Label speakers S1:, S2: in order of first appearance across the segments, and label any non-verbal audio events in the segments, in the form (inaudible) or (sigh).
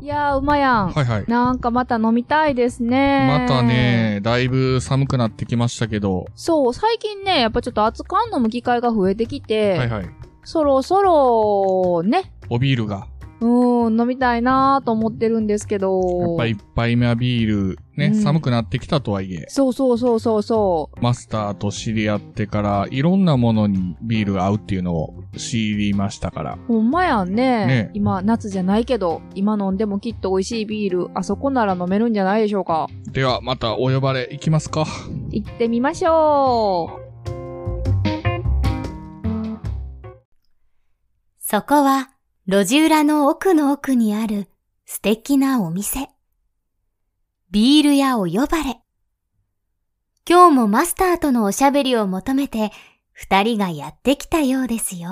S1: いやー、うまやん。
S2: はいはい。
S1: なんかまた飲みたいですね。
S2: また。ね、だいぶ寒くなってきましたけど。
S1: そう、最近ね、やっぱちょっと熱燗飲む機会が増えてきて、
S2: はいはい。
S1: そろそろ、ね、
S2: おビールが。
S1: うーん、飲みたいなーと思ってるんですけど。
S2: やっぱ一杯目はビール。ね、
S1: うん
S2: 寒くなってきたとはいえ。
S1: そうそうそうそうそう。
S2: マスターと知り合ってから、いろんなものにビールが合うっていうのを知りましたから。
S1: ほんまやんね。
S2: ね
S1: 今、夏じゃないけど、今飲んでもきっと美味しいビール、あそこなら飲めるんじゃないでしょうか。
S2: では、またお呼ばれ行きますか。
S1: 行ってみましょう。
S3: そこは路地裏の奥の奥にある素敵なお店。ビール屋お呼ばれ。今日もマスターとのおしゃべりを求めて二人がやってきたようですよ。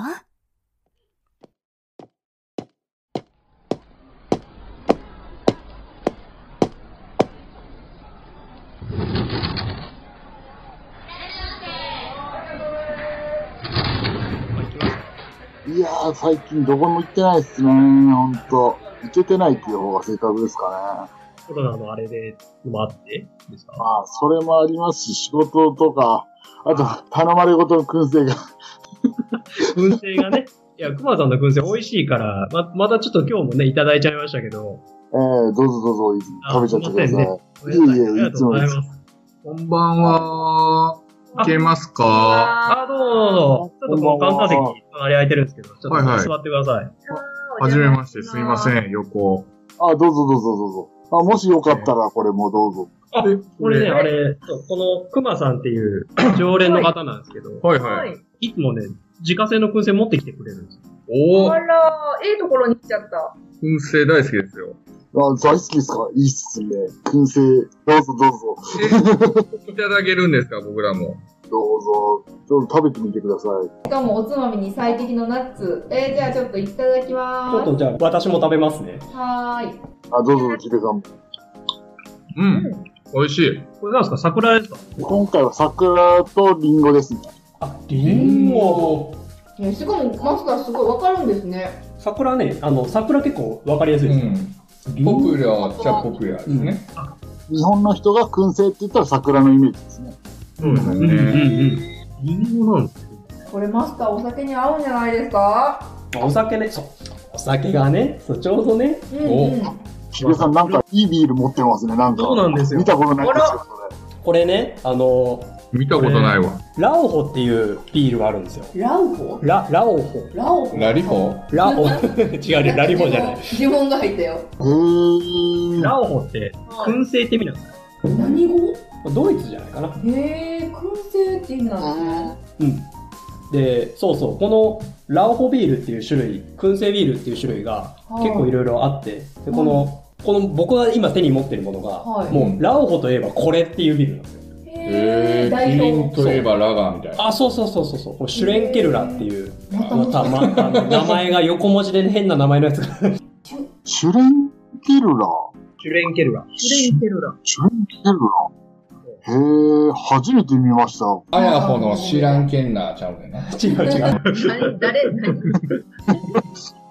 S4: いやー、最近どこも行ってないっすね、ほんと。行けてないっていう方が正確ですかね。
S5: コロナのあれで、もあって、ですか
S4: まあ、それもありますし、仕事とか、あと、頼まれごとの燻製が。 (laughs)
S5: 燻製がね、いや、熊さんの燻製美味しいから、ま、またちょっと今日もね、いただいちゃいましたけど、
S4: えー、どうぞどうぞ、食べちゃってください。
S5: お野菜
S4: いえいえ
S5: ありがとうございます。
S6: こんばんは。いけますか
S5: あ、どうぞどうぞ。ちょっとこの観
S4: こんばん
S5: 観
S4: は
S5: 席、隣空いてるんですけど、ちょっと
S6: はいはい
S5: 座ってください。
S6: はじめまして、すみません、横。
S4: あ、どうぞどうぞどうぞ。あもしよかったら、これもどうぞ。
S5: あ
S6: え、
S5: これね、
S6: ね
S5: あれ、そうこの熊さんっていう常連の方なんですけど、
S6: はいはい。
S5: いつもね、自家製の燻製持ってきてくれるんですよ。
S6: おお
S7: あ、ら、ええところに来ちゃった。
S6: 燻製大好きですよ。
S4: あ大好きですかいいっすね。燻製、どうぞどうぞ。
S6: いただけるんですか、僕らも。
S4: どうぞ。ちょっと食べてみてください。
S7: しかもおつまみに最適のナッツ。えー、じゃあちょっといただきまーす。
S5: じゃあ、私も食べますね。
S7: はーい。
S4: あ、どうぞ、キベさんも。
S6: うん。美味しい。
S5: これなんですか桜ですか
S4: 今回は桜とリンゴですね。
S5: あ、
S6: リンゴ。
S7: ね、しかもマスターすごいわかるんですね。
S5: 桜ね、あの、桜結構わかりやす
S6: ん。ポピュラーっちゃポピュラーですね。
S4: 日本の人が燻製って言ったら桜のイメージですね。
S5: そうですね。。
S6: うんうん
S5: リンゴなんです
S7: これマスターお酒に合うんじゃないですか
S5: まあお酒ね、そう。お酒がね、そうちょうどね。
S7: うん
S6: お
S7: うん。
S4: キベさん、なんかいいビール持ってますね、なんか。
S5: そうなんですよ
S4: 見たことないですよ、
S8: これね、あの、
S6: 見たことないわ。
S8: ラオホっていうビールがあるんですよ。
S7: ラウホ
S8: ラ、ラオホ。
S7: ラオホ
S8: ラオ、 (laughs) 違うね、ラリホじゃ
S6: (laughs)
S8: ない。
S7: 呪文が入ったよ。
S4: それ。へー。
S5: ラオホって、燻製って意味なんですか
S7: 何語
S8: ドイツじゃないかな。
S7: へえ、燻製って意味なんですね。
S8: うん。で、そうそう、このラオホビールっていう種類、燻製ビールっていう種類が
S7: はい
S8: 結構いろいろあって、でこの、この僕が今手に持ってるものが、
S7: はい
S8: もうラオホといえばこれっていうビールなんですよ。
S7: へえ、代表。
S8: といえ
S6: ばラガーみたい。
S8: あ、そうそうそうそうそう、これシュレンケルラっていう、
S7: また
S8: また、また、名前が横文字で変な名前のやつが
S4: シュレンケルラー。
S5: シュレンケルラ。
S4: シュレ
S5: ンケルラ。
S4: シュレンケルラー。へー、初めて見ました。
S7: あやほの知らん
S6: けんなちゃうでね。
S8: 違う違
S7: (laughs)
S8: う。
S7: 何誰何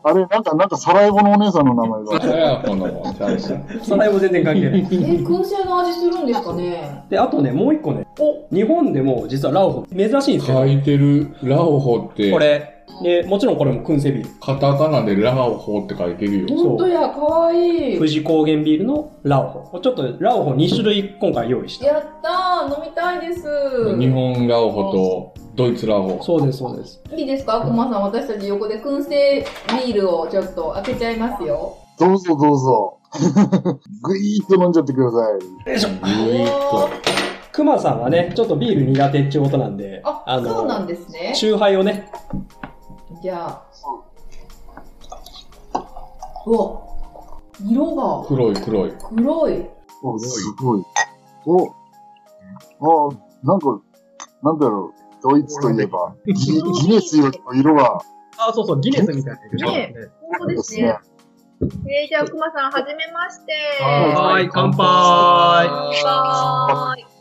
S4: あれ、なんか、なんか、サラエボのお姉さんの名前が。
S6: やほのちゃうで。
S8: それも全然関係ない。
S7: え、燻製の味するんですかね
S8: で、あとね、もう一個ね、日本でも実はラオホ、珍しいんですよ。
S6: いてるラオホっ
S8: これ。で、もちろんこれも燻製ビール。
S6: カタカナでラオホって書いてるよ。
S7: 本当や、かわいい。
S8: 富士高原ビールのラオホ。ちょっとラオホ2種類今回用意した。
S7: やったー、飲みたいです。
S6: 本ラオホとドイツラオホ。
S8: そうです、そうです。
S7: いいですか、くまさん、私たち横で燻製ビールをちょっと開けちゃいますよ。
S4: どうぞどうぞ。ぐいーって飲んじゃってください。
S8: クマさんはね、ちょっとビール苦手っていうことなんで、
S7: あ、そうなんですね。
S8: チューハイをね、
S7: じゃあ。うわ、色が
S6: 黒い黒い。
S7: 黒い。
S4: お、すごい。お、あー、なんか、なんだろう。ドイツといえば、ギギネスよりも色が、
S5: あ、そうそう、ギネスみたいな色
S9: ね本当です
S4: ね
S9: ね。えー、じゃあ、くまさん、はじめまして。
S6: は
S5: はーい、
S9: 乾
S5: 乾杯。
S9: 杯。
S4: あー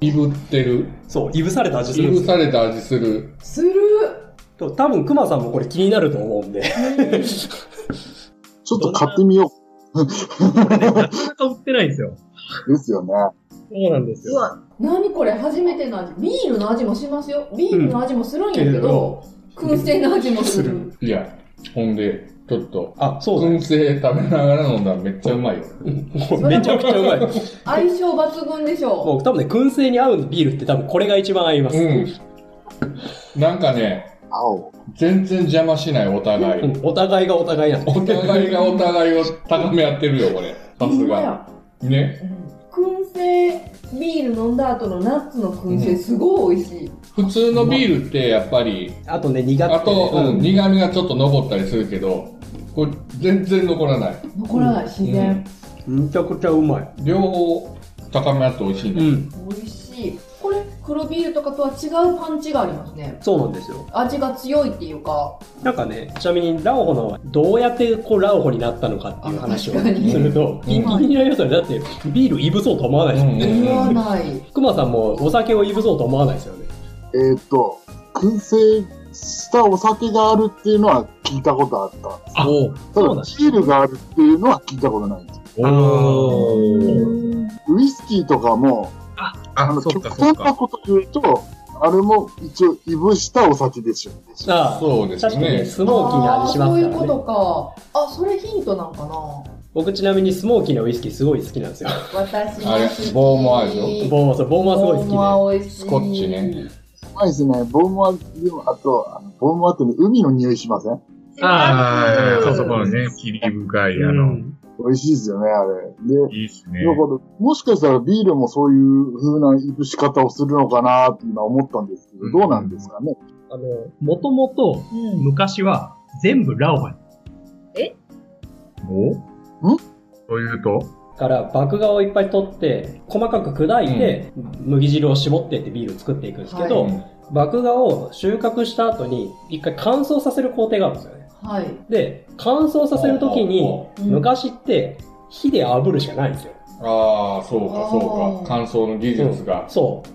S6: いぶってる。
S8: そう、いぶされた味す
S6: い
S8: るんで
S6: ぶ
S8: すよ。
S6: された味する。
S7: する。
S8: でも多分クマさんもこれ気になると思うんで。
S4: ちょっと買ってみよ
S5: なかなか売ってないんですよ。
S4: う。ですよね。
S5: そうなんです
S10: う
S5: よ。
S10: わ、
S1: 何これ初めての味ビールの味もしますよビールの味もするんやけど、燻製の味もす
S8: す
S1: る
S8: る
S2: いや、ほんで、ちょっと、
S8: あ、そうだね。
S2: 燻製食べながら飲んだらめっちゃうまいよ。
S8: これめちゃくちゃうまい。
S1: 相性抜群でしょ
S8: もう多分ね、燻製に合うビールって多分これが一番合います。
S2: うん。なんかね、
S4: 青。
S2: 全然邪魔しない、お互い。
S8: (laughs) うんお互いがお互いなの。
S2: お互いがお互いを高め合ってるよ、これ。
S1: う
S2: さすが。
S1: や、
S2: ね。
S1: うん、燻製ビール飲んだ後のナッツの燻製すごい美味しい、
S2: 普通のビールって、やっぱり、
S8: (laughs) あとね、苦手。
S2: あと、うん
S8: 苦
S2: 苦味がちょっと残ったりするけど、これ、全然残らない。
S1: 残らない自然、
S8: めちゃくちゃうまい。
S2: 両方高め合って美味しいね。
S8: うん。
S1: 美味しいこれ黒ビールとかとは違うパンチがありますね
S8: そうなんですよ。
S1: 味が強いっていうか
S8: なんかね、ちなみにラオホの、どうやってこうラオホになったのかっていう話をすると、
S2: 確かに
S8: 気に気になりますよね。だって、ビールいぶそうと思わないですよ
S2: う
S8: ね。
S2: ん
S1: 言わない
S8: クマさんもお酒をいぶそうと思わないですよね。
S4: えーっと、燻製したお酒があるっていうのは聞いたことあったんです
S5: あお
S4: た
S8: そうなん
S4: だ、
S8: です
S4: シールがあるっていうのは聞いたことないんですよ。
S5: おー
S4: ウイスキーとかも、あ
S3: あ、
S4: の、
S3: そっ
S4: 極
S3: かそっ
S4: 端な
S3: か。
S4: こと言うと、あれも一応、いぶしたお酒でしょ。
S8: ああ、
S2: そうです
S8: 確かにね
S2: ね。
S8: スモーキーな味します
S1: あーそ
S8: か
S1: ういうこ
S8: らね。
S1: とかあそれヒントなんかな
S8: 僕ちなみにスモーキーなウイスキーすごい好きなんですよ。
S1: 私も
S2: あれ
S1: 好き
S2: ボーモアでしょ
S8: ボーマス、ボーマすごい好きで。
S1: ボーモア美味しい
S2: スコッチね。
S4: うまいですね。ボーモア、でもあと、あのボーモアってね、海の匂いしません
S3: ああ、そうそう、この
S10: ね。
S3: ね、霧深い、あの、
S4: 美味しいですよね、あれ。で、
S3: いいっす
S4: だ
S3: ね
S4: か。ら、もしかしたらビールもそういう風ないぶし方をするのかなって今思ったんですけど、どうなんですかね。
S5: あの、もともと、昔は、全部ラオバ
S3: お
S4: ん
S3: というと
S8: から麦芽をいっぱい取って細かく砕いて、麦汁を絞ってってビールを作っていくんですけど、
S2: うん
S8: 麦芽を収穫した後に一回乾燥させる工程があるんですよね
S1: はい
S8: で乾燥させる時に
S1: うん
S8: 昔って火で炙るしかないんですよ、
S2: ああ、そうか、そうか。乾燥の技術が。
S8: そう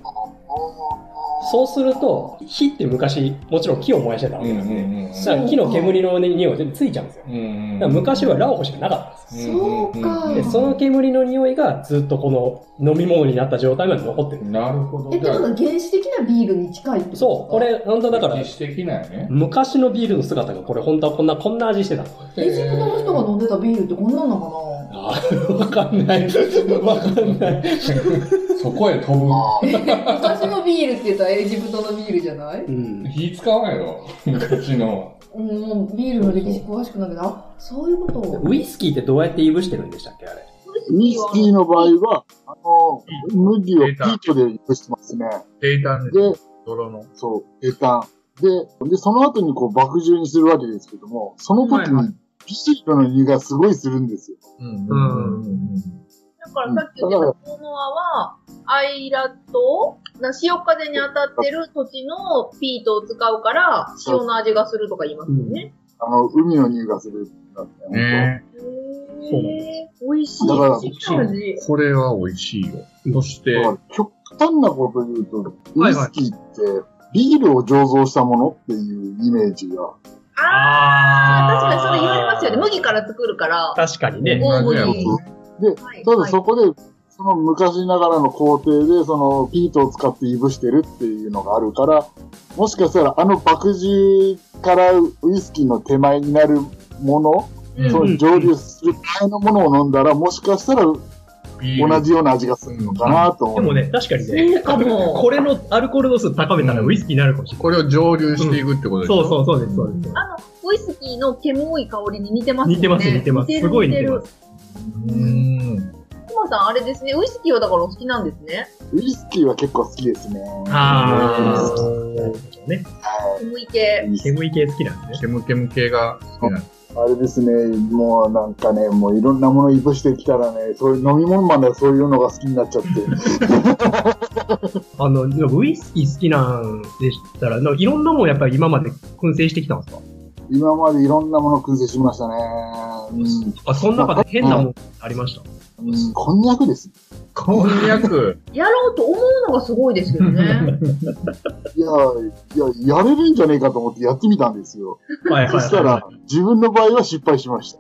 S8: そうすると火って昔もちろん木を燃やしてたわ
S2: うん
S8: け
S2: うん
S8: なんで、
S2: うんうん。
S8: だから木の煙の匂いが全部ついちゃうんですよ、
S2: うんうん
S8: だから昔はラオホしかなかったんですよ
S1: そうか
S8: でその煙の匂いがずっとこの飲み物になった状態まで残ってる
S2: なるほど。
S1: えってことは原始的なビールに近いってことですか
S8: そう、これ、本当だから
S2: 歴、史的なんやね。
S8: 昔のビールの姿が、これ、本当はこんな、こんな味してたの。
S1: エジプトの人が飲んでたビールってこんなんなのか
S8: ああ、わかんない。わかんない。
S2: そこへ飛ぶ。
S4: あー
S1: な昔のビールって言ったらエジプトのビールじゃない
S8: うん。
S2: 火使わんやろ。昔の。
S1: うんもうビールの歴史詳しくないけどあそういうこと
S8: ウイスキーってどうやっていぶしてるんでしたっけ、あれ。
S4: ウイスキーの場合は、あの、麦をピートでいぶしてますね。
S3: 平坦です
S4: で
S3: よ、泥の。
S4: そう、平坦。で、で、その後にこう爆汁にするわけですけども、その時
S3: はいは
S4: にピシッとの匂いがすごいするんですよ。
S2: うん
S3: うんうん
S10: だからさっき言ってたボーモアは、アイラと、な潮風に当たってる土地のピートを使うから、潮の味がするとか言いますよね。
S4: あの、海の匂いがするんだって。
S3: ね
S10: へ
S8: そうなん
S10: え。美味しい。
S4: だから
S10: 不思議な味。
S3: これは美味しいよ。そして、
S4: だから極端なこと言うと、ウ
S3: は
S4: イ
S3: いはい
S4: スキーって、ビールを醸造したものっていうイメージが。
S10: ああ、確かにそれ言われますよね。麦から作るから。
S5: 確かにね。
S10: 大麦。
S2: 同じ
S4: や
S10: はい
S4: ただ
S10: はい
S4: そこで、その昔ながらの工程で、そのピートを使っていぶしてるっていうのがあるから、もしかしたらあの爆汁からウイスキーの手前になるもの、
S10: うん
S4: その蒸留する前のものを飲んだら、もしかしたら
S3: ビール
S4: 同じような味がするのかなと思
S5: で
S4: う。
S5: もね、確かにね、これのアルコール度数高めたらウイスキーになるかもしれない。
S3: これを蒸留していくってことでしょ、
S5: そうそうそうです、そうです。
S10: あの、ウイスキーの煙い香りに似てますもんね。
S5: 似てます似てます
S10: 似てる
S5: すごい似てま
S3: うーん。
S10: コマさん、あれですね、ウイスキーはだからお好きなんですね。
S4: ウイスキーは結構好きですね。
S5: あー、なるほどね。
S10: 煙系。
S5: 煙系好きなんですね。
S3: ケムケム系が好きなの
S4: あれですね、もうなんかね、もういろんなものいぶしてきたらね、そういう飲み物までそういうのが好きになっちゃって。
S5: あの、でもウイスキー好きなんでしたら、いろんなもんやっぱり今まで燻製してきたんですか
S4: 今までいろんなもの燻製しましたね。
S5: あ、その中で変なもんありました。
S4: うん、こんにゃくです。
S5: こんにゃく。
S1: やろうと思うのがすごいですけどね。
S4: いや、いや、やれるんじゃねえかと思ってやってみたんですよ。
S5: はいはいはい
S4: そしたら、自分の場合は失敗しました。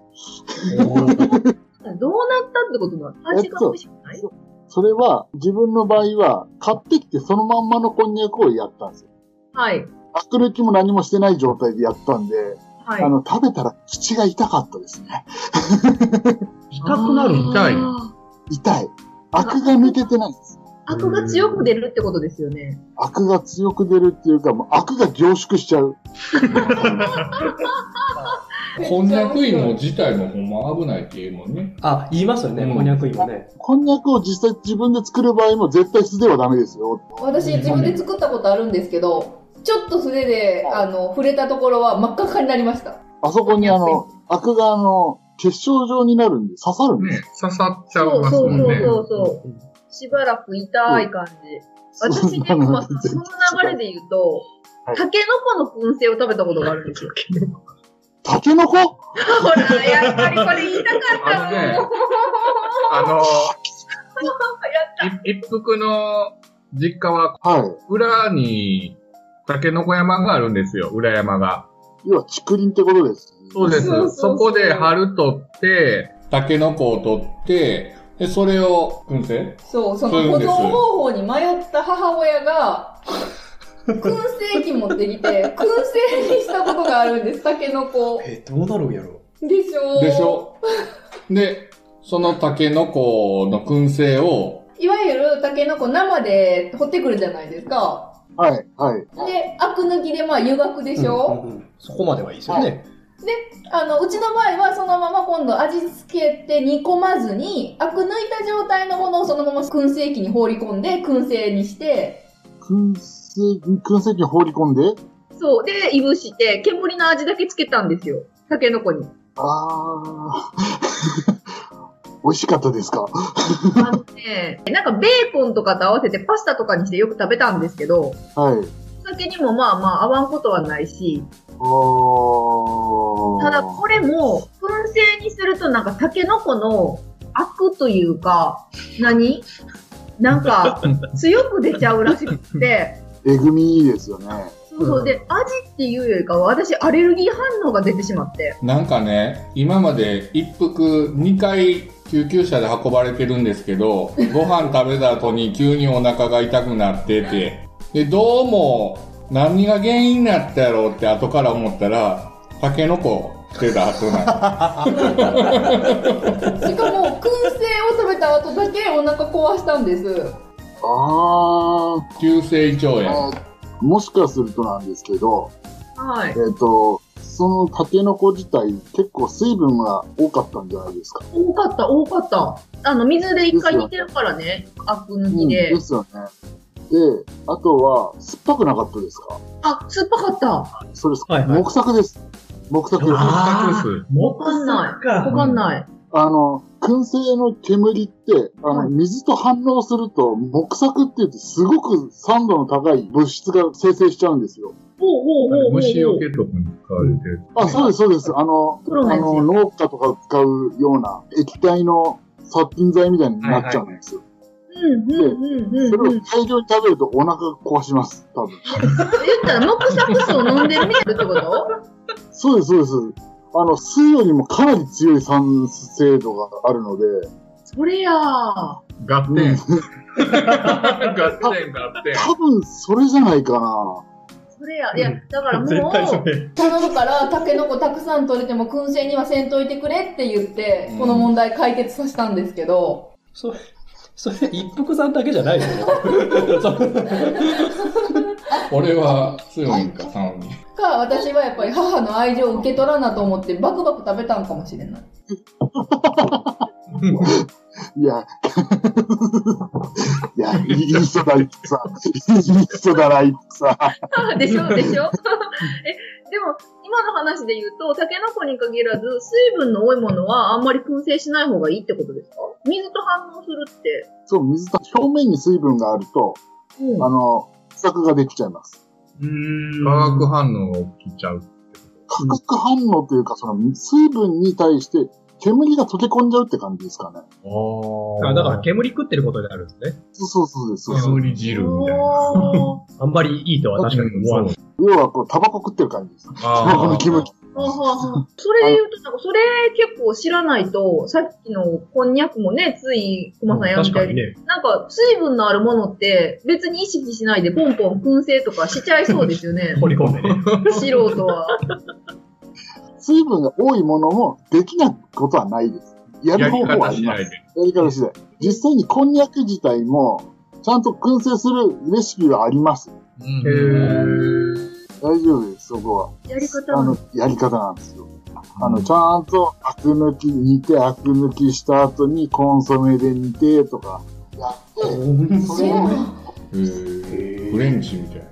S1: どうなったってことなの味が美味しくない
S4: それは、自分の場合は、買ってきてそのまんまのこんにゃくをやったんですよ。
S1: はい。
S4: アク抜きも何もしてない状態でやったんで、
S1: はい
S4: あの、食べたら口が痛かったですね。
S5: 痛くなる
S1: 痛い。
S4: 痛い。アクが抜けてないんです。
S1: アクが強く出るってことですよね。
S4: アクが強く出るっていうか、もうアクが凝縮しちゃう。
S11: こんにゃく芋自体もほんま危ないっていうもんね。
S8: あ、言いますよね、こんにゃく芋ね。
S4: こんにゃくを実際自分で作る場合も絶対素ではダメですよ。
S10: 私自分で作ったことあるんですけどちょっと素手であの触れたところは真っ赤っかになりました
S4: あそこにあの、アクがあの、結晶状になるんで刺さるんです。刺さっちゃ
S1: そうそうそうそうそう。しばらく痛い感じ。私ね、まあその流れで言うと、タケノコの燻製を食べたことがあるんですよ。
S4: タケノコ
S1: ほら、やっぱりこれ言いたかったもん。
S2: あのねあのい一服の実家は、裏に、タケノコ山があるんですよ、裏山が。
S4: 要は、竹林ってことです。
S2: そうです。そ
S11: そうそうそう
S2: こで春取って、
S11: タケノコを取って、で、それを燻製
S10: そうその保存方法に迷った母親が燻製機持ってきて燻製にしたことがあるんですタケノコ
S11: え、どうなるんやろ
S10: でしょ
S11: でしょで、そのタケノコの燻製を、
S10: いわゆるタケノコ生で掘ってくるじゃないですか
S4: はい、はい。
S10: でアク抜きでまあ湯がくでしょ、
S8: そこまではいいですよね。
S10: で、あの、うちの場合はそのまま今度味付けて煮込まずに、アク抜いた状態のものをそのまま燻製機に放り込んで、燻製にして、
S4: 燻製、燻製機に放り込んで、
S1: そう。で、いぶして、煙の味だけつけたんですよ。タケノコに。
S4: あ (laughs) 美味しかったですか
S1: ねえなんかベーコンとかと合わせてパスタとかにしてよく食べたんですけど、
S4: はい。
S1: お酒にもまあまあ合わんことはないし、
S4: お
S1: ただこれも、燻製にするとなんかタケノコのアクというか、何なんか強く出ちゃうらしくって、
S4: えぐみいいですよね。
S1: そうそう。で、味っていうよりかは私アレルギー反応が出てしまって。
S11: なんかね、今まで一服2回救急車で運ばれてるんです
S1: (laughs)
S11: けど、ご飯食べた後に急にお腹が痛くなってて、で、どうも何が原因だったやろうって後から思ったら、タケノコ出た後なん
S10: しかも、燻製を食べた後だけお腹壊したんです。
S1: (laughs)
S4: ああ。
S11: 急性胃腸炎。
S4: もしかするとなんですけど、
S1: は
S4: えっ、。と、そのタケノコ自体結構水分が多かったんじゃないですか。
S1: 多かった、多かった。あの、水で一回煮てるからね、アク抜きで
S4: で。すよね。で、あとは、酸っぱくなかったですか
S1: あ、酸っぱかった。
S4: それ、木作です。木作です。
S1: あわかんない。わかんない。
S4: あの、燻製の煙って、あの、水と反応すると、木作って言って、すごく酸度の高い物質が生成しちゃうんですよ。
S1: ほうほうほうほう。
S2: 虫除けとかに使われてる。
S4: あ、そうです、そうです。あの、
S1: プロの
S4: あ
S1: やつ
S4: の、農家とか使うような液体の殺菌剤みたいになっちゃうんです
S1: うん
S4: よ。
S1: うんうんうん。
S4: それを大量に食べるとお腹壊します、多分。
S1: 言ったら、木作酢を飲んでるみたいなってこと
S4: そうです、そうです。あの、水よりもかなり強い酸性度があるので、
S1: それやー。あ
S4: (laughs) 合点。合点、合点。多分、それじゃないかな。
S10: それや
S1: いや、だからもう、
S10: 頼むから、タケノコたくさん取れても燻製にはせんといてくれって言って、この問題解決させたんですけど、
S8: それ、それ、一服さんだけじゃ (laughs) ないですよね。
S11: 俺は強いんか、頼み。
S10: か、私はやっぱり母の愛情を受け取らなと思って、バクバク食べたんかもしれない。
S4: いや、 (laughs) いや、いい人だ、いい人だ、いい人だな、いい人だ。
S1: ーでしょでしょえ、でも、今の話で言うと、タケノコに限らず、水分の多いものはあんまり燻製しない方がいいってことですか水と反応するって。
S4: そう、水と表面に水分があると、
S1: うん
S4: あの、不作ができちゃいます。
S2: 化学反応が起きちゃう。
S4: 化化学反応というか、その水分に対して煙が溶け込んじゃうって感じですかね。
S5: あだから煙食ってることになるんですね。
S4: そうそうそうです。
S5: 煙汁みたいな。あんまりいいとは確かに思わない。
S4: 要はこう、タバコ食ってる感じです。タバコの煙。
S9: はあはあそれで言うと、なんかそれ結構知らないと、さっきのこんにゃくもね、つい、熊さんやみたいに、
S5: うん確かにね
S9: なんか水分のあるものって別に意識しないでポンポン燻製とかしちゃいそうですよね。
S5: 掘り込んでね。
S6: (laughs)
S9: 素人は。
S4: 水分が多いものもできないことはないです。やる方法はあります。やり方次第。実際にこんにゃく自体も、ちゃんと燻製するレシピはあります。大丈夫です、そこは。
S9: やり方
S4: あの
S9: は。、
S4: やり方なんですよ。あの、ちゃんと、アク抜き、煮て、アク抜きした後にコンソメで煮て、とか、やって、それを
S11: フレンチみたいな。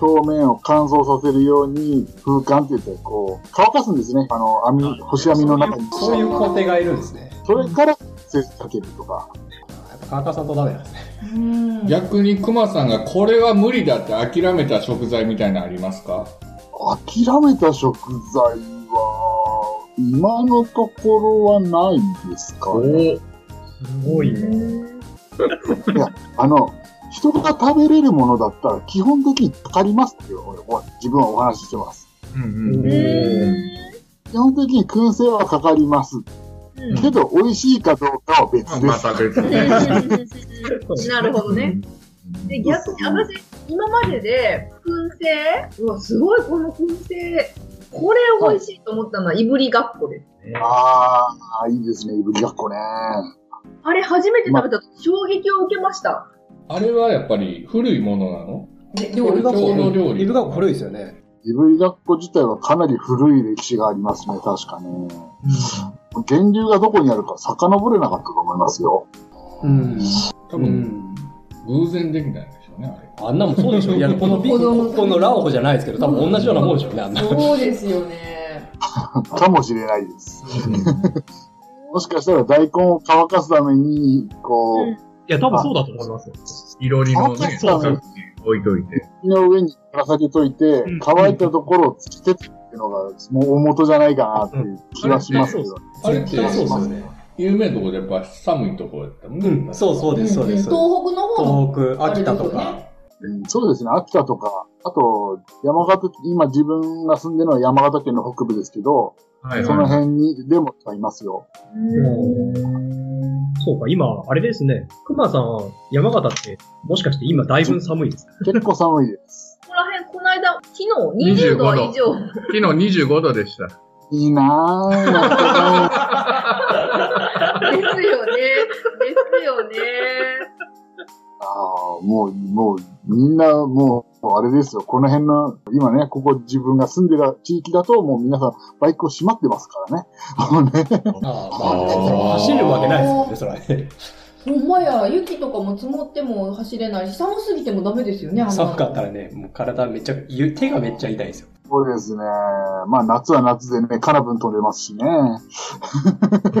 S4: 表面を乾燥させるように、風乾って言って、こう、乾かすんですね。あの、網、干し網の中に。
S8: そういう工程がいるんですね。
S4: それから、接かけるとか。
S8: 川田さんとダメなんですね。
S11: 逆にクマさんがこれは無理だって諦めた食材みたいなのありますか
S4: 諦めた食材は、今のところはないんですかね。
S5: すごいね。
S4: いや、あの、人が食べれるものだったら基本的にかかりますって俺俺自分はお話ししてます。基本的に燻製はかかります。けど、美味しいかどうかは別です。
S11: また別
S9: なるほどね。で、逆に私、今までで、燻製うわ、すごい、この燻製。これ美味しいと思ったのは、いぶりがっこです。
S4: ああ、いいですね、いぶりがっこね。
S9: あれ、初めて食べた時、衝撃を受けました。
S11: あれはやっぱり古いものなの
S9: 料理
S11: 郷土料理。
S8: イブが古いですよね。
S4: いぶりがっこ自体はかなり古い歴史がありますね、確かね。源流がどこにあるか遡れなかったと思いますよ。
S8: うん。
S11: 多分、偶然できないんでしょうね、あれ。
S8: あんなもんそうでしょいや、このビここのラオホじゃないですけど、多分同じようなもんでしょうね、あんな。
S10: そうですよね。
S4: かもしれないです。もしかしたら大根を乾かすために、こう。い
S5: や、多分そうだと思いますよ。
S6: いろりのね、
S4: そうそう
S6: 置いといて。
S4: 火の上にぶら下げといて、乾いたところをつけてっていうのが、もう大元じゃないかなっていう気はしますけど。
S11: あれって、
S4: 気はします
S11: ね。有名なところでやっぱ寒いところだったもんね。
S8: うん、そうそうです、そうです。
S10: 東北の方の。
S8: 東北、秋田とか。
S4: うんそうですね、秋田とか、あと、山形、今自分が住んでるのは山形県の北部ですけど、
S5: はいはい
S4: その辺にでもいますよ。
S5: そうか、今、あれですね。熊さん、山形って、もしかして今、だいぶ寒いで
S6: (laughs)
S5: すか
S4: 結構寒いです。
S9: ここら辺、この間、昨日20度以上。
S6: 昨日25度でした。
S4: いいなぁ、なんか
S9: ですよね。ですよね。
S4: ああ、もう、もう、みんな、もう、あれですよ。この辺の、今ね、ここ自分が住んでる地域だと、もう皆さん、バイクを閉まってますからね。あのね。
S8: 走るわけないですもんね、それはね。
S10: ほんまや、雪とかも積もっても走れないし、寒すぎてもダメですよね、あんな
S8: 寒かったらね、もう体めっちゃ、ゆ手がめっちゃ痛いんですよ。
S4: そうですね。まあ、夏は夏でね、カナブン飛んでますしね。
S5: カ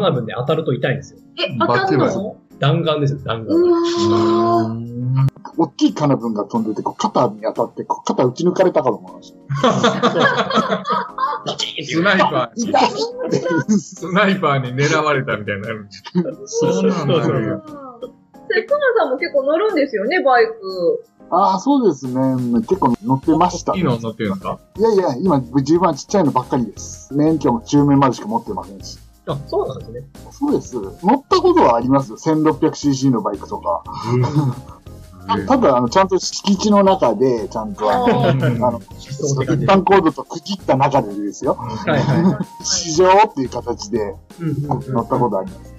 S5: ナブンで当たると痛いんですよ。
S9: え、当たんの
S5: 弾丸ですよ、弾丸。
S9: うわ
S4: 大きいカナブンが飛んでて、こう、肩に当たって、こう、肩打ち抜かれたかと思いました。
S6: スナイパー。スナイパーに狙われたみたいになる。そうなんだよ。
S9: ー。で、クマさんも結構乗るんですよね、バイク。
S4: ああ、そうですね。結構乗ってました。
S6: いいの乗ってるんですか
S4: いやいや、今、自分はちっちゃいのばっかりです。免許も中面までしか持ってませんし。
S5: あ、そうなんですね。
S4: そうです。乗ったことはありますよ。1600cc のバイクとか。ただ、あの、ちゃんと敷地の中で、ちゃんと、あの、あの一般コードと区切った中でですよ。市場っていう形で、乗ったことあります。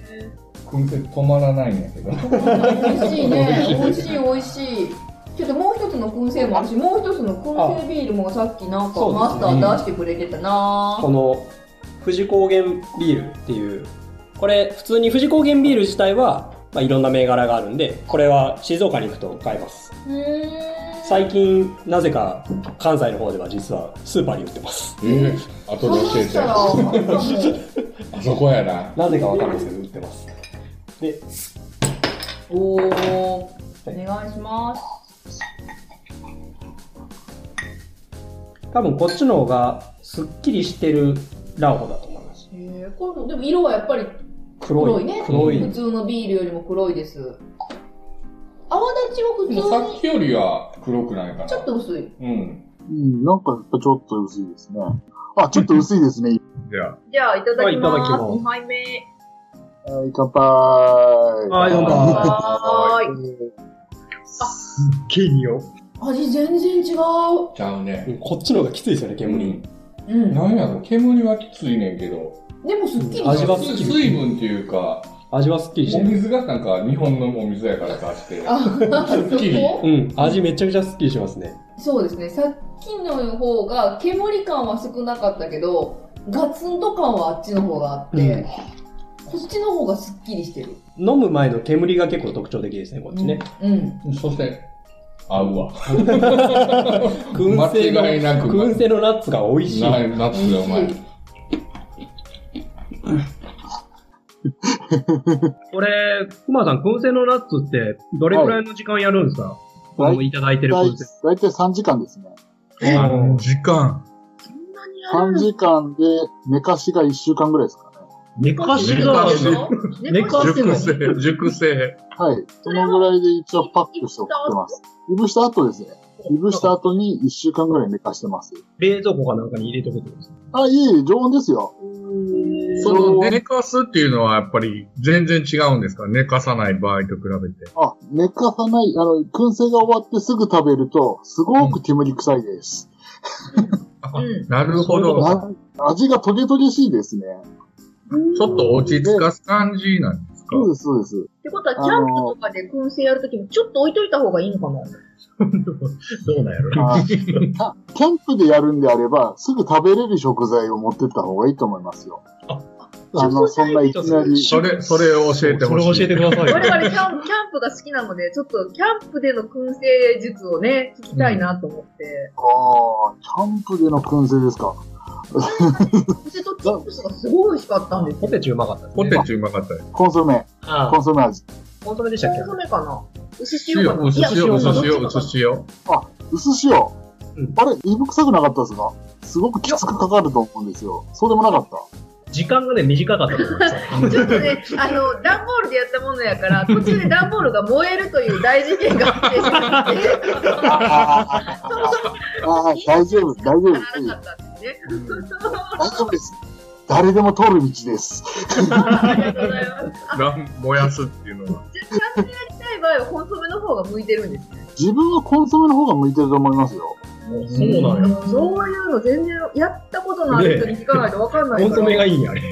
S11: 燻製止まらないんやけど。
S10: 美味しいね。美味しい、美味しい。ちょっともう一つの燻製もあるし、もう一つの燻製ビールもさっきなんか
S8: そうですね
S10: マスター出してくれてたな
S8: この富士高原ビールっていうこれ普通に富士高原ビール自体は、まあ、いろんな銘柄があるんでこれは静岡に行くと買えます
S10: うーん
S8: 最近なぜか関西の方では実はスーパーに売ってます
S11: えー、後で教えて。 (laughs) あそこやな。
S8: なぜかわかんないですけど売ってますで
S10: おー、お願いします。
S8: 多分こっちの方がすっきりしてるラオホだと思います。
S10: えーこれも、でも色はやっぱり
S8: 黒い。
S10: ね。
S8: 黒い
S10: 普通のビールよりも黒いです。泡立ちは普通
S11: でもさっ
S10: に
S11: きよりは黒くないかな
S10: ち。ょっと薄い。
S11: うん。
S4: うん、なんかやっぱちょっと薄いですね。あ、ちょっと薄いですね。
S6: じゃあ。
S9: じゃあ、いただきま
S4: はいいただきます
S9: す。二杯目。
S4: はい、乾杯。はい
S6: 乾杯
S9: はーい。
S6: ケニオ。
S10: 味全然違う。
S11: ちゃうね。
S8: こっちの方がきついですよね、煙。
S10: うん。
S11: なんやろ、煙はきついねんけど。
S10: でもすっきり
S11: 味は
S10: す
S11: 水
S10: る
S11: 水分っていうか、
S8: 味はすっきりして
S11: お水がなんか日本のお水やからかして。
S10: あ、そこ
S8: うん、味めちゃくちゃすっきりしますね。
S10: そうですね。さっきの方が煙感は少なかったけど、ガツンと感はあっちの方があって、こっちの方がすっきりしてる。
S8: 飲む前の煙が結構特徴的ですね、こっちね。
S10: うん。
S11: そして、合う (laughs) わ。
S8: 燻製の、
S11: 間違いなく
S8: 燻製のナッツが美味しい。
S11: なナッツがうまい美味し
S5: これ、熊さん、燻製のナッツって、どれくらいの時間やるんですか、このいただいてる燻製。
S4: 大体3時間ですね。
S5: 時間。
S4: 3時間で寝かしが1週間ぐらいですかね。
S5: 寝かしが寝かし
S6: 熟成、熟成。
S4: はい。そのぐらいで一応パックして送ってます。いぶした後ですね。いぶした後に1週間ぐらい寝かしてます。
S5: 冷蔵庫かなんかに入れておくってことですか
S4: あ、いえいえ、常温ですよ。
S6: その寝かすっていうのはやっぱり全然違うんですか寝かさない場合と比べて。
S4: あ、寝かさない、あの、燻製が終わってすぐ食べると、すごく煙臭いです。
S6: なるほど。
S4: な味がトゲトゲしいですね。
S6: ちょっと落ち着かす感じなんですかそう
S4: です、そうです。
S9: ってことは、キャンプとかで燻製やるときも、ちょっと置いといた方がいいのかな
S5: どうなんやろ
S4: あキャキャンプでやるんであれば、すぐ食べれる食材を持ってった方がいいと思いますよ。あの、そんないきなり。
S6: それ、それを教えてほしい。
S5: それ教えてくださ
S9: 我々キャン、キャンプが好きなので、ちょっとキャンプでの燻製術をね、聞きたいなと思って。
S4: ああ、キャンプでの燻製ですか。
S9: ポテトチップスがすごい美味しかったんですよ。
S5: ポテチうまかったです
S6: ポテチうまかったです。
S4: コンソメ。
S5: ああ
S4: コンソメ味。
S5: コンソメでしたっけ
S9: コンソメかな薄
S6: 塩、
S9: 塩かな
S6: 薄塩、薄塩、薄塩。
S4: あ、薄塩。あれ、いぶ臭くなかったですかすごくきつくかかると思うんですよ。そうでもなかった。
S5: 時間がね、短かったと思います。
S9: ちょ
S1: (laughs)
S9: っとね、あの、段ボールでやったものやから、途中で段ボールが燃えるという大事件があってしまって、
S4: ああ、大丈夫、大丈夫。大
S9: だったんですね。
S4: 丈夫です。誰でも通る道です。
S6: 乱燃やすっていうのは。
S9: やりたい場合はコンソメの方が向いてるんですね。
S4: 自分はコンソメの方が向いてると思いますよ。
S5: そうなんや。
S9: そういうの全然やったことのある人に聞かないとわかんないから。
S5: いいんや、あれ。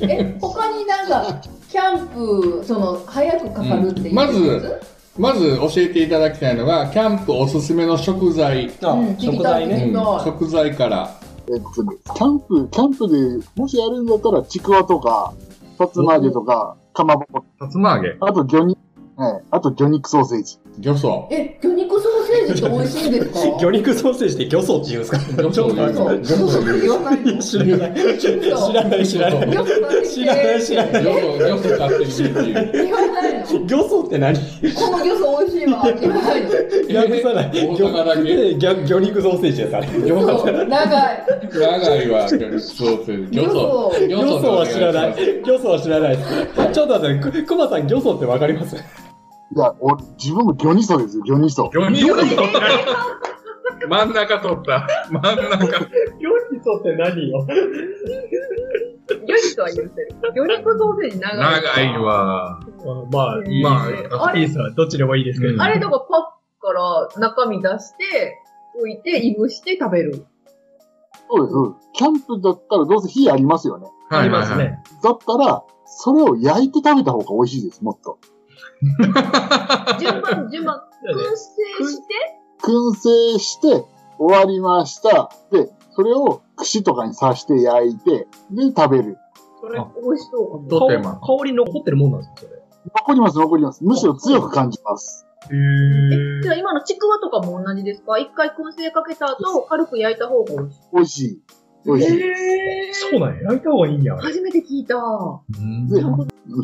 S10: え、他になんか、キャンプ、その、早くかかるっていう。
S11: まず、まず教えていただきたいのが、キャンプおすすめの食材。
S4: うん聞きたいね
S11: うん食材から。
S4: えっとね、キャンプ、キャンプでもしやるんだったら、ちくわとか、さつま揚げとか、かまぼこ。
S6: さつま揚げ
S4: あと魚肉、はい。あと魚肉ソーセージ。
S11: 魚ソ
S10: え、魚肉ソーセージって美味しい
S8: (laughs)
S10: んですか
S8: 魚肉ソーセージって魚層って言うんですか魚層魚層
S10: 言わない
S8: 知らない。知らない、知らない。
S10: 魚
S8: 知らない、知らない。
S11: 魚層、魚層買ってきてって
S10: (laughs)
S11: いう。
S10: 言わないの
S8: 魚層って何
S10: この魚層美味しいわ。言わないの
S8: 略さない。魚だけ。魚魚肉ソーセージやさ。魚
S10: そう長い。
S11: 長いわ、魚ソーセージ。魚層。
S8: 魚層は知らない。魚層は知らないです。ちょっと待ってください。くまさん、魚層ってわかります
S4: いや、俺、自分も魚肉ソーですよ、魚肉ソー。
S6: 魚肉真ん中取った。真ん中。
S5: 料理層って何よ。
S9: 魚肉は言ってる。魚肉ソーセージ長い。
S6: 長いわ。
S5: まあ、いいですね。
S9: まあ
S5: いいですわどっちでもいいですけど。
S9: あれとかパッから中身出して、置いて、いぶして食べる。
S4: そうです、そうです。キャンプだったらどうせ火ありますよね。
S5: ありますね。
S4: だったら、それを焼いて食べた方が美味しいです、もっと。
S9: 順番、順番、燻製して、
S4: 燻製して、終わりました。で、それを串とかに刺して焼いて、で、食べる。
S9: それ美味しそうかも。
S5: 香り香り残ってるもんなんですよ、
S4: 残ります、残ります。むしろ強く感じます。
S5: それ。
S9: じゃあ今のちくわとかも同じですか一回燻製かけた後、軽く焼いた方が美味しい。
S4: 美味しい。美味しい。
S9: へ
S5: そうなんや。焼いた方がいいんや。
S9: 初めて聞いた。
S4: で、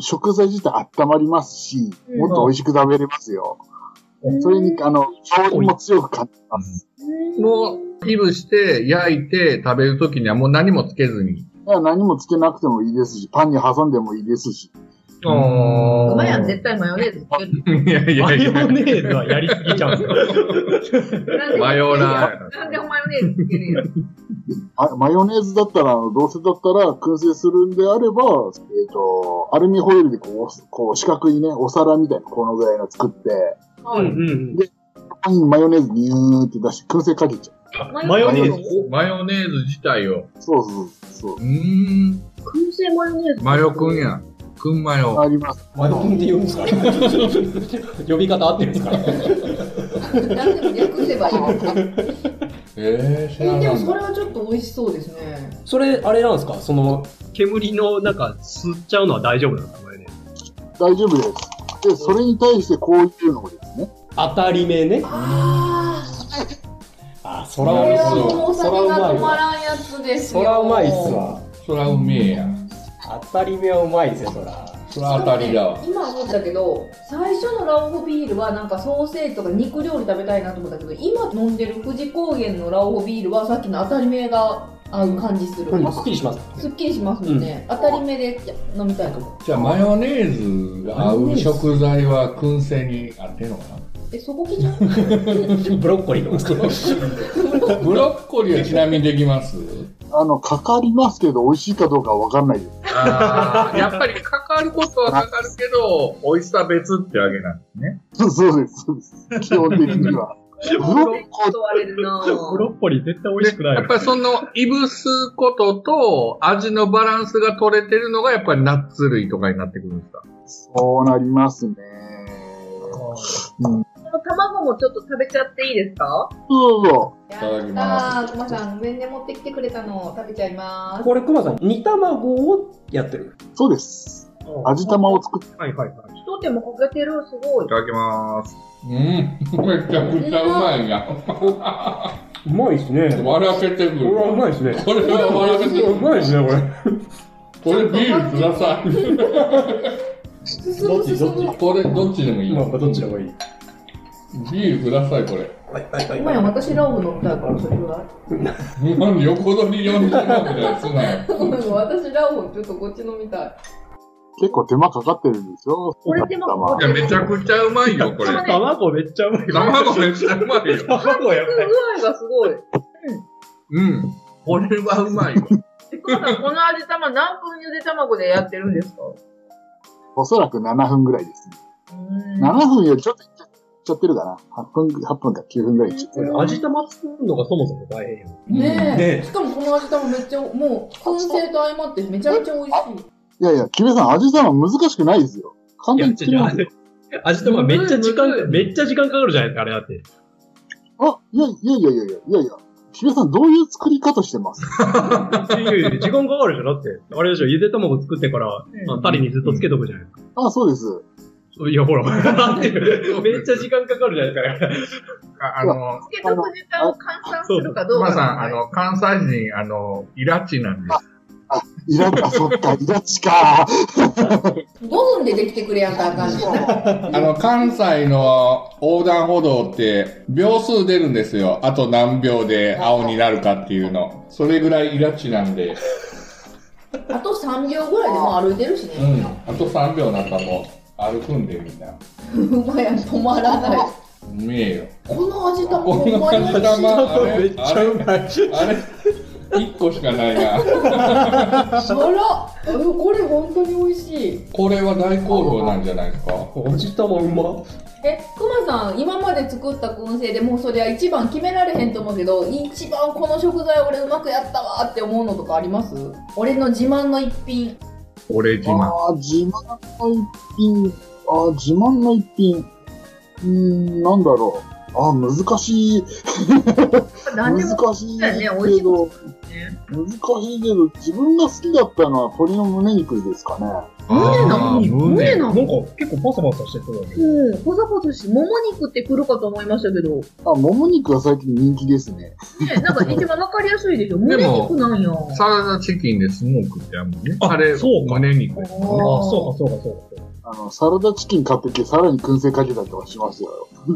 S4: 食材自体温まりますし、
S9: うん
S4: もっと美味しく食べれますよ。それに、あの、香りも強く感じます。
S6: もう、いぶして、焼いて食べるときにはもう何もつけずに。
S4: いや何もつけなくてもいいですし、パンに挟んでもいいですし。
S9: う
S6: う
S9: まいやん、絶対マヨネーズつける。
S6: いやいやいや。
S5: マヨネーズはやりすぎちゃうん
S6: マヨラー。
S9: なんでマヨネーズつけるやん。
S4: あマヨネーズだったら、あのどうせだったら燻製するんであれば、えっ、と、アルミホイルでこう、こう四角いね、お皿みたいなこのぐらいの作って、
S5: うんうん
S4: で、ここにマヨネーズニューって出して燻製かけちゃ
S6: うん。
S4: う。
S6: マヨネーズ自体を。
S4: そうそうそう。
S6: うん。
S9: 燻製マヨネーズ。
S6: マヨくんや。くんマヨ。
S4: あります。
S8: マヨくんで言うんですかね呼び方合ってるんですかね
S10: 何でも略せばいいのか。
S11: えー、知
S10: え
S11: ら
S10: でも
S11: な
S10: それはちょっと美味しそうですね。
S8: それ、あれなんですかその、
S5: 煙のなんか吸っちゃうのは大丈夫なのか、マヨネーズ。
S4: 大丈夫です。で、それに対してこういうのをですね。
S8: 当たり目ね。
S10: あ
S8: あ、
S10: あ、
S8: そ
S10: こ
S8: ら
S10: れ
S8: 美味し
S10: はもう
S8: そ
S10: お
S8: う。そら
S10: 酒
S8: うま
S10: が
S8: い
S10: 止ま
S8: わ。
S10: らんやつですよ。
S8: そらうまいっすわ。
S11: そらうめえや。
S8: 当たり目はうまいぜ、そら。
S11: そら当たりだわ。
S10: 今思ったけど最初のラオホビールはなんかソーセージとか肉料理食べたいなと思ったけど今飲んでる富士高原のラオホビールはさっきの当たり目が合う感じする、
S8: うんすっきりします。
S10: すっきりしますもんね、当たり目で飲みたいかも
S11: じゃあ、マヨネーズが合う食材は燻製に合ってんのか
S10: えそこ基準
S8: ブロッコリーとか好
S11: なブロッコリーはちなみにできます
S4: あの、かかりますけど、美味しいかどうかはわかんないです。 (laughs)
S6: あーやっぱりかかることはかかるけど、美味しさ別ってわけなんですね。
S4: そうです、そうです。基本的には。ブロッコ
S9: 断れるなぁ。
S5: ブロッコリー絶対美味しくない
S6: やっぱりその、いぶすことと、味のバランスが取れてるのが、やっぱりナッツ類とかになってくるんですか
S4: そうなりますね。うん。
S9: この卵もちょっと食べちゃっていいですか
S4: そうそうそう。
S11: いただきます。
S10: ああクマさんごめんね持ってきてくれたの食べちゃいま
S8: (laughs) これ、くまさん、煮卵をやってる。
S4: そうです。味玉を作って、
S5: はいはいはい。
S9: 一手間かけてる、すごい
S6: い。ただきます。
S11: うん、めちゃくちゃうまいな。
S6: (laughs)
S8: うまいっすね。こ
S11: 笑けてく
S8: れ
S11: る。
S8: はうまいっすね。
S11: これは笑けてく
S8: う
S11: る。
S8: まいっすね、これ。
S11: これビールください。
S10: す進む進む
S11: これどっちでもいい。
S8: まあ、どっちでもいい。
S11: ビールください、これ。
S8: はいはい
S10: 今や私ラオウ飲みたいからそれぐらい
S11: なんで横取り40万みたいなやつすなよ。
S10: 私ラオウちょっとこっち飲みたい
S4: 結構手間かかってるんですよ。
S9: これ手間かか
S6: いや、めちゃくちゃうまいよ、これ。
S5: 卵めっちゃうまい。
S6: 卵めっちゃうまいよ。
S5: 卵やばい。
S9: 具合がすごい。
S6: うん。これはうまいわ。
S9: えクマさん、この味玉何分ゆで卵でやってるんですか
S4: おそらく7分ぐらいですね。7分よりちょっといっちゃってるかな。8分、8分か9分ぐらいいっちゃってる。
S5: 味玉作るのがそもそも大変よ。
S10: ね
S8: ね
S10: え、
S8: え
S10: しかもこの味玉めっちゃもう燻製と相まってめちゃめちゃ美味しい
S4: いやいや、キベさん、味玉難しくないですよ。簡
S5: い
S4: 単に
S5: や、違
S4: 作れますよ
S5: う。 (laughs) 味玉めっちゃ時間、めっちゃ時間かかるじゃないですか、あれだって。
S4: あ、いやいやいやいやいやいやいや。キベさん、どういう作り方してます
S5: いやいやいや時間かかるじゃん。だって、あれでしょ、ゆで卵作ってから、まあタレにずっとつけとくじゃないですか。
S4: あ、そうです。
S5: いや、ほら、 (laughs) だってめっちゃ時間かかるじゃないです
S6: ああの、
S9: つけとく時間を換算するかどう
S6: ま
S9: か。
S6: さん、あの、関西人、あの、イラチなんです。
S4: イラあ、そっか、イラチか。
S10: 5分でできてくれやんとあかんねんな
S11: あの、関西の横断歩道って秒数出るんですよ。あと何秒で青になるかっていうの。それぐらいイラチなんで。
S10: あと3秒ぐらいでもう歩いてるし
S11: う
S10: ね
S11: ん。あと3秒なんかもう歩くんでみんな。
S10: うまやん止まらないう
S11: めえよ。
S10: この味玉
S11: こ
S10: ほん
S11: の
S10: まに美味
S11: 味
S10: しい
S11: 玉、あ
S8: め
S11: れ
S8: っ、ち
S11: あ
S8: ゃ
S11: れ
S8: う、ま (laughs) い。
S11: あれ、1個しかないな。
S10: あらでもこれ本当に美味しい
S11: これは大好評なんじゃないですか。
S8: 味玉うま。
S10: えくまさん今まで作った燻製でもうそりゃ一番決められへんと思うけど一番この食材俺うまくやったわって思うのとかあります俺の自慢の一品
S6: 俺自慢。
S4: あー自慢の一品。あー自慢の一品。うーん、なんだろう。あー難しい。
S9: 何でも
S4: 難しい
S9: だよね美味し
S4: け
S9: いも
S4: ど、難しいけど、自分が好きだったのは鶏の胸肉ですかね。
S9: 胸な
S6: あー
S9: 胸な
S5: か。なんか結構パサパサしてそうだけど。
S9: うん、ポサポサして、もも肉って来るかと思いましたけど、
S4: あ、もも肉は最近人気ですね。
S9: ね、なんか一番わかりやすいでしょ。胸
S6: でも
S9: 肉なんや。
S6: サラダチキンでスモークってあるもんね。
S5: あ
S6: あれ、
S5: そうか
S6: 胸肉。
S5: ああ、そうかそうかそうか。
S4: あの、サラダチキン買ってきて、さらに燻製かけたりとかしますよ。
S9: お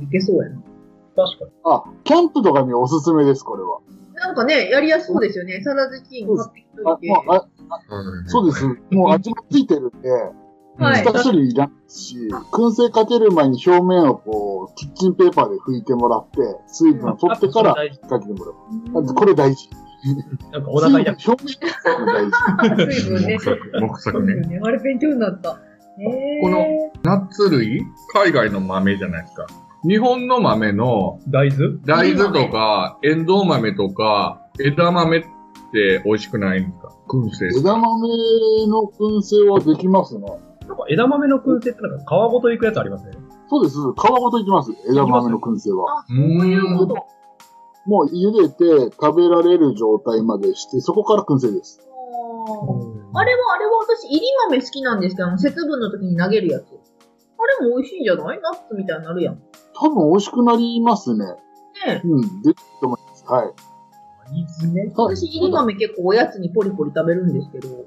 S9: ー。いけそうやな。
S5: 確かに。
S4: あ、キャンプとかにおすすめです、これは。
S10: なんかね、やりやすそうですよね。サラダチキン買ってきとい
S4: あ
S10: て。
S4: もうあそうです。もう味がついてるんで、
S10: はい
S4: 下処理いらないし、燻製かける前に表面をこう、キッチンペーパーで拭いてもらって、水分を取ってからかけてもらう。これ大事。
S5: なんかお腹痛く
S4: 表面が大事。
S10: 水分ね。
S11: 木作ね。
S10: あれ勉強になった。えー、
S11: このナッツ類、海外の豆じゃないですか。日本の豆の
S5: 大豆
S11: 大豆とか、エンドウ豆とか、枝豆って美味しくないんですか燻製。
S4: 枝豆の燻製はできますね。
S5: なんか枝豆の燻製ってなんか皮ごといくやつありません
S4: そうです。皮ごといきます。枝豆の燻製は。。
S11: そういうこと
S4: もう茹でて食べられる状態までして、そこから燻製です。
S10: あれは、あれは私、いり豆好きなんですけど、あの節分の時に投げるやつ。あれも美味しいんじゃないナッツみたいになるやん。
S4: 多分美味しくなりますね。
S10: ね
S4: うん、できると思います。はい。
S10: 私、いり豆結構おやつにポリポリ食べるんですけど。
S4: ただ、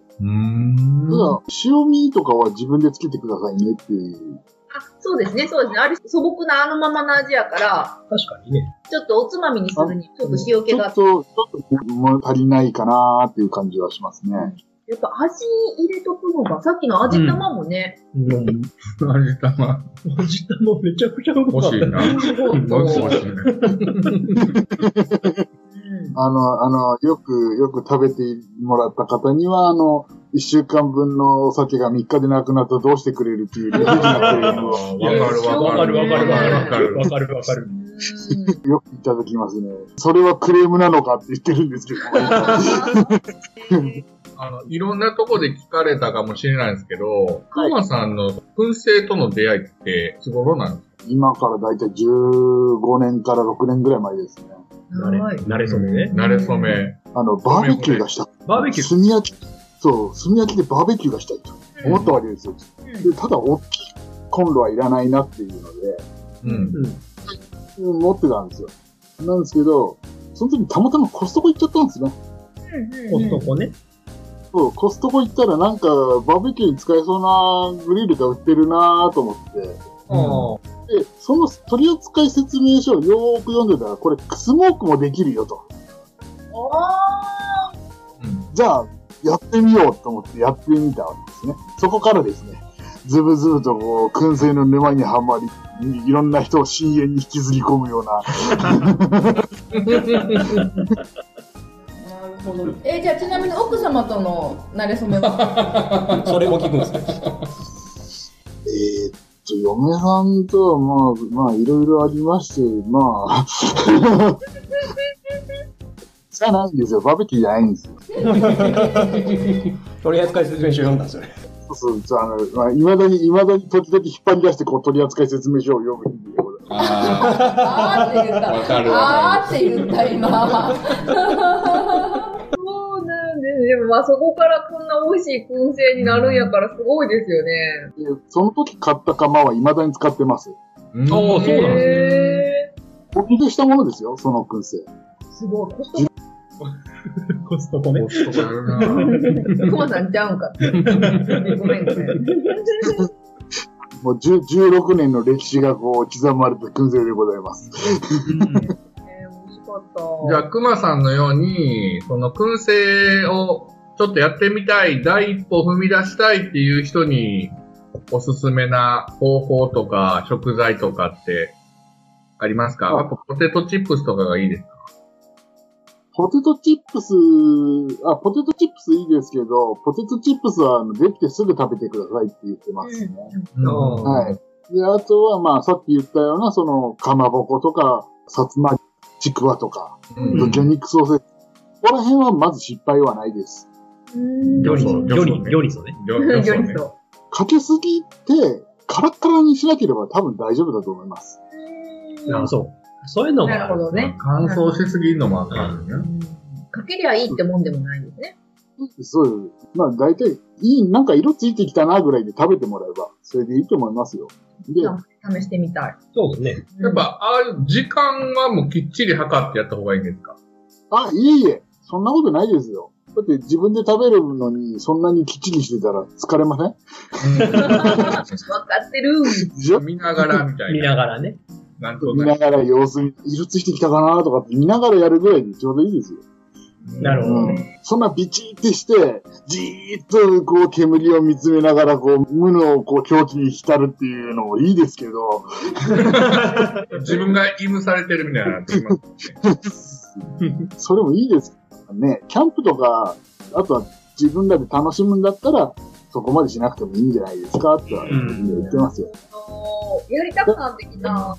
S4: 塩味とかは自分でつけてくださいねっていう。
S10: あ、そうですね、そうですね。あれ素朴なあのままの味やから、
S5: 確かにね。
S10: ちょっとおつまみにするにちょっと塩気があって
S4: ち。ょっと、ちょっと物足りないかなーっていう感じはしますね。
S10: やっぱ味入れとくのが、さっきの味玉もね、
S11: うん。味玉。
S5: (laughs) 味玉めちゃくちゃうま
S11: かった。欲しいな。欲しい欲しい
S4: あの、あの、よく、よく食べてもらった方には、あの、一週間分のお酒が3日でなくなったらどうしてくれるっていう理由的なクレームを
S11: わかるわかるわかるわかる
S5: わかるわかる。
S4: よくいただきますね。それはクレームなのかって言ってるんですけ
S5: (laughs)
S4: ど。
S11: あの、いろんなとこで聞かれたかもしれないですけど、クマさんの燻製との出会いって、いつ頃なんですか
S4: 今からだいたい15年から6年ぐらい前ですね。
S5: なれ、なれそめね。
S11: なれそめ。
S4: あの、バーベキューがした。
S5: バーベキュ
S4: 炭焼き、そう、炭焼きでバーベキューがしたいと思ったわけですよ。でただ、大きいコンロはいらないなっていうので、
S11: うん。
S4: 持ってたんですよ。なんですけど、その時たまたまコストコ行っちゃったんですね。
S5: ー。コストコね。
S4: そう、コストコ行ったらなんかバーベキューに使えそうなグリルが売ってるなと思って。で、その取扱説明書をよーく読んでたら、これスモークもできるよと。じゃあ、やってみようと思ってやってみたわけですね。そこからですね、ズブズブとこう、燻製の沼にはまり、いろんな人を深淵に引きずり込むような。
S1: えーじゃあちなみに奥様との馴れ初め
S9: (laughs)
S1: は
S8: それも聞くんですか
S4: えーっと、嫁さんとは、まあ、まあ、いろいろありまして、まあ、 (laughs) じゃないんですよ。バーベキューじゃないんですよ。
S8: (laughs) 取扱説明書読んだんですよね。
S4: そうそう、あの、まあ、いまだに、いまだに時々引っ張り出して、こう、取扱説明書を読むんでございます。
S1: あーって言った
S4: わかる
S1: あーって言った今
S10: そうなんです。でもまあそこからこんな美味しい燻製になるんやからすごいですよね。
S4: でその時買った釜はいまだに使ってます。
S11: ああ、そうなん
S10: です
S4: ね。お見せしたものですよ、その燻製。
S10: すごい。コ
S5: コス
S10: ス
S5: トコね。
S10: トコマさんちゃうんか。ごめんごめん。
S4: もう10 16年の歴史がこう、刻まれた燻製でございます。
S11: じゃあ、熊さんのように、その燻製をちょっとやってみたい、第一歩踏み出したいっていう人に、おすすめな方法とか食材とかってありますかやっぱポテトチップスとかがいいですか
S4: ポテトチップス、あ、ポテトチップスいいですけど、ポテトチップスはあのできてすぐ食べてくださいって言ってますね。はい。で、あとは、まあ、さっき言ったような、その、かまぼことか、さつまいも、ちくわとか、
S11: うん
S4: 魚肉ソーセージ。ここら辺はまず失敗はないです。
S5: 料理ソ、料理、料理ソね。
S4: かけすぎて、カラッカラにしなければ多分大丈夫だと思います。
S5: あそう。そういうのもあ
S10: なるほどね。
S11: 乾燥しすぎるのもあかんね。
S10: かけりゃいいってもんでもないんですね。
S4: そうです。まあ、大体、いい、なんか色ついてきたなぐらいで食べてもらえば、それでいいと思いますよ。で、
S10: 試してみたい。
S5: そうですね。
S11: やっぱ、ああいう時間はもうきっちり測ってやった方がいいんですか
S4: あ、いえいえ、そんなことないですよ。だって自分で食べるのに、そんなにきっちりしてたら疲れません
S10: わかってる。
S11: (laughs) 見ながらみたいな。
S5: 見ながらね。
S6: なん
S4: 見ながら様子見、いくつしてきたかなとかって見ながらやるぐらいでちょうどいいですよ。
S5: なるほどね。
S4: そんなビチってして、じーっとこう煙を見つめながら、こう、無のこう狂気に浸るっていうのもいいですけど、
S6: 自分がイムされてるみたいになってきます。
S4: それもいいですからね。キャンプとか、あとは自分らで楽しむんだったら、そこまでしなくてもいいんじゃないですかっては言ってますよ。
S9: やりたくなってきた。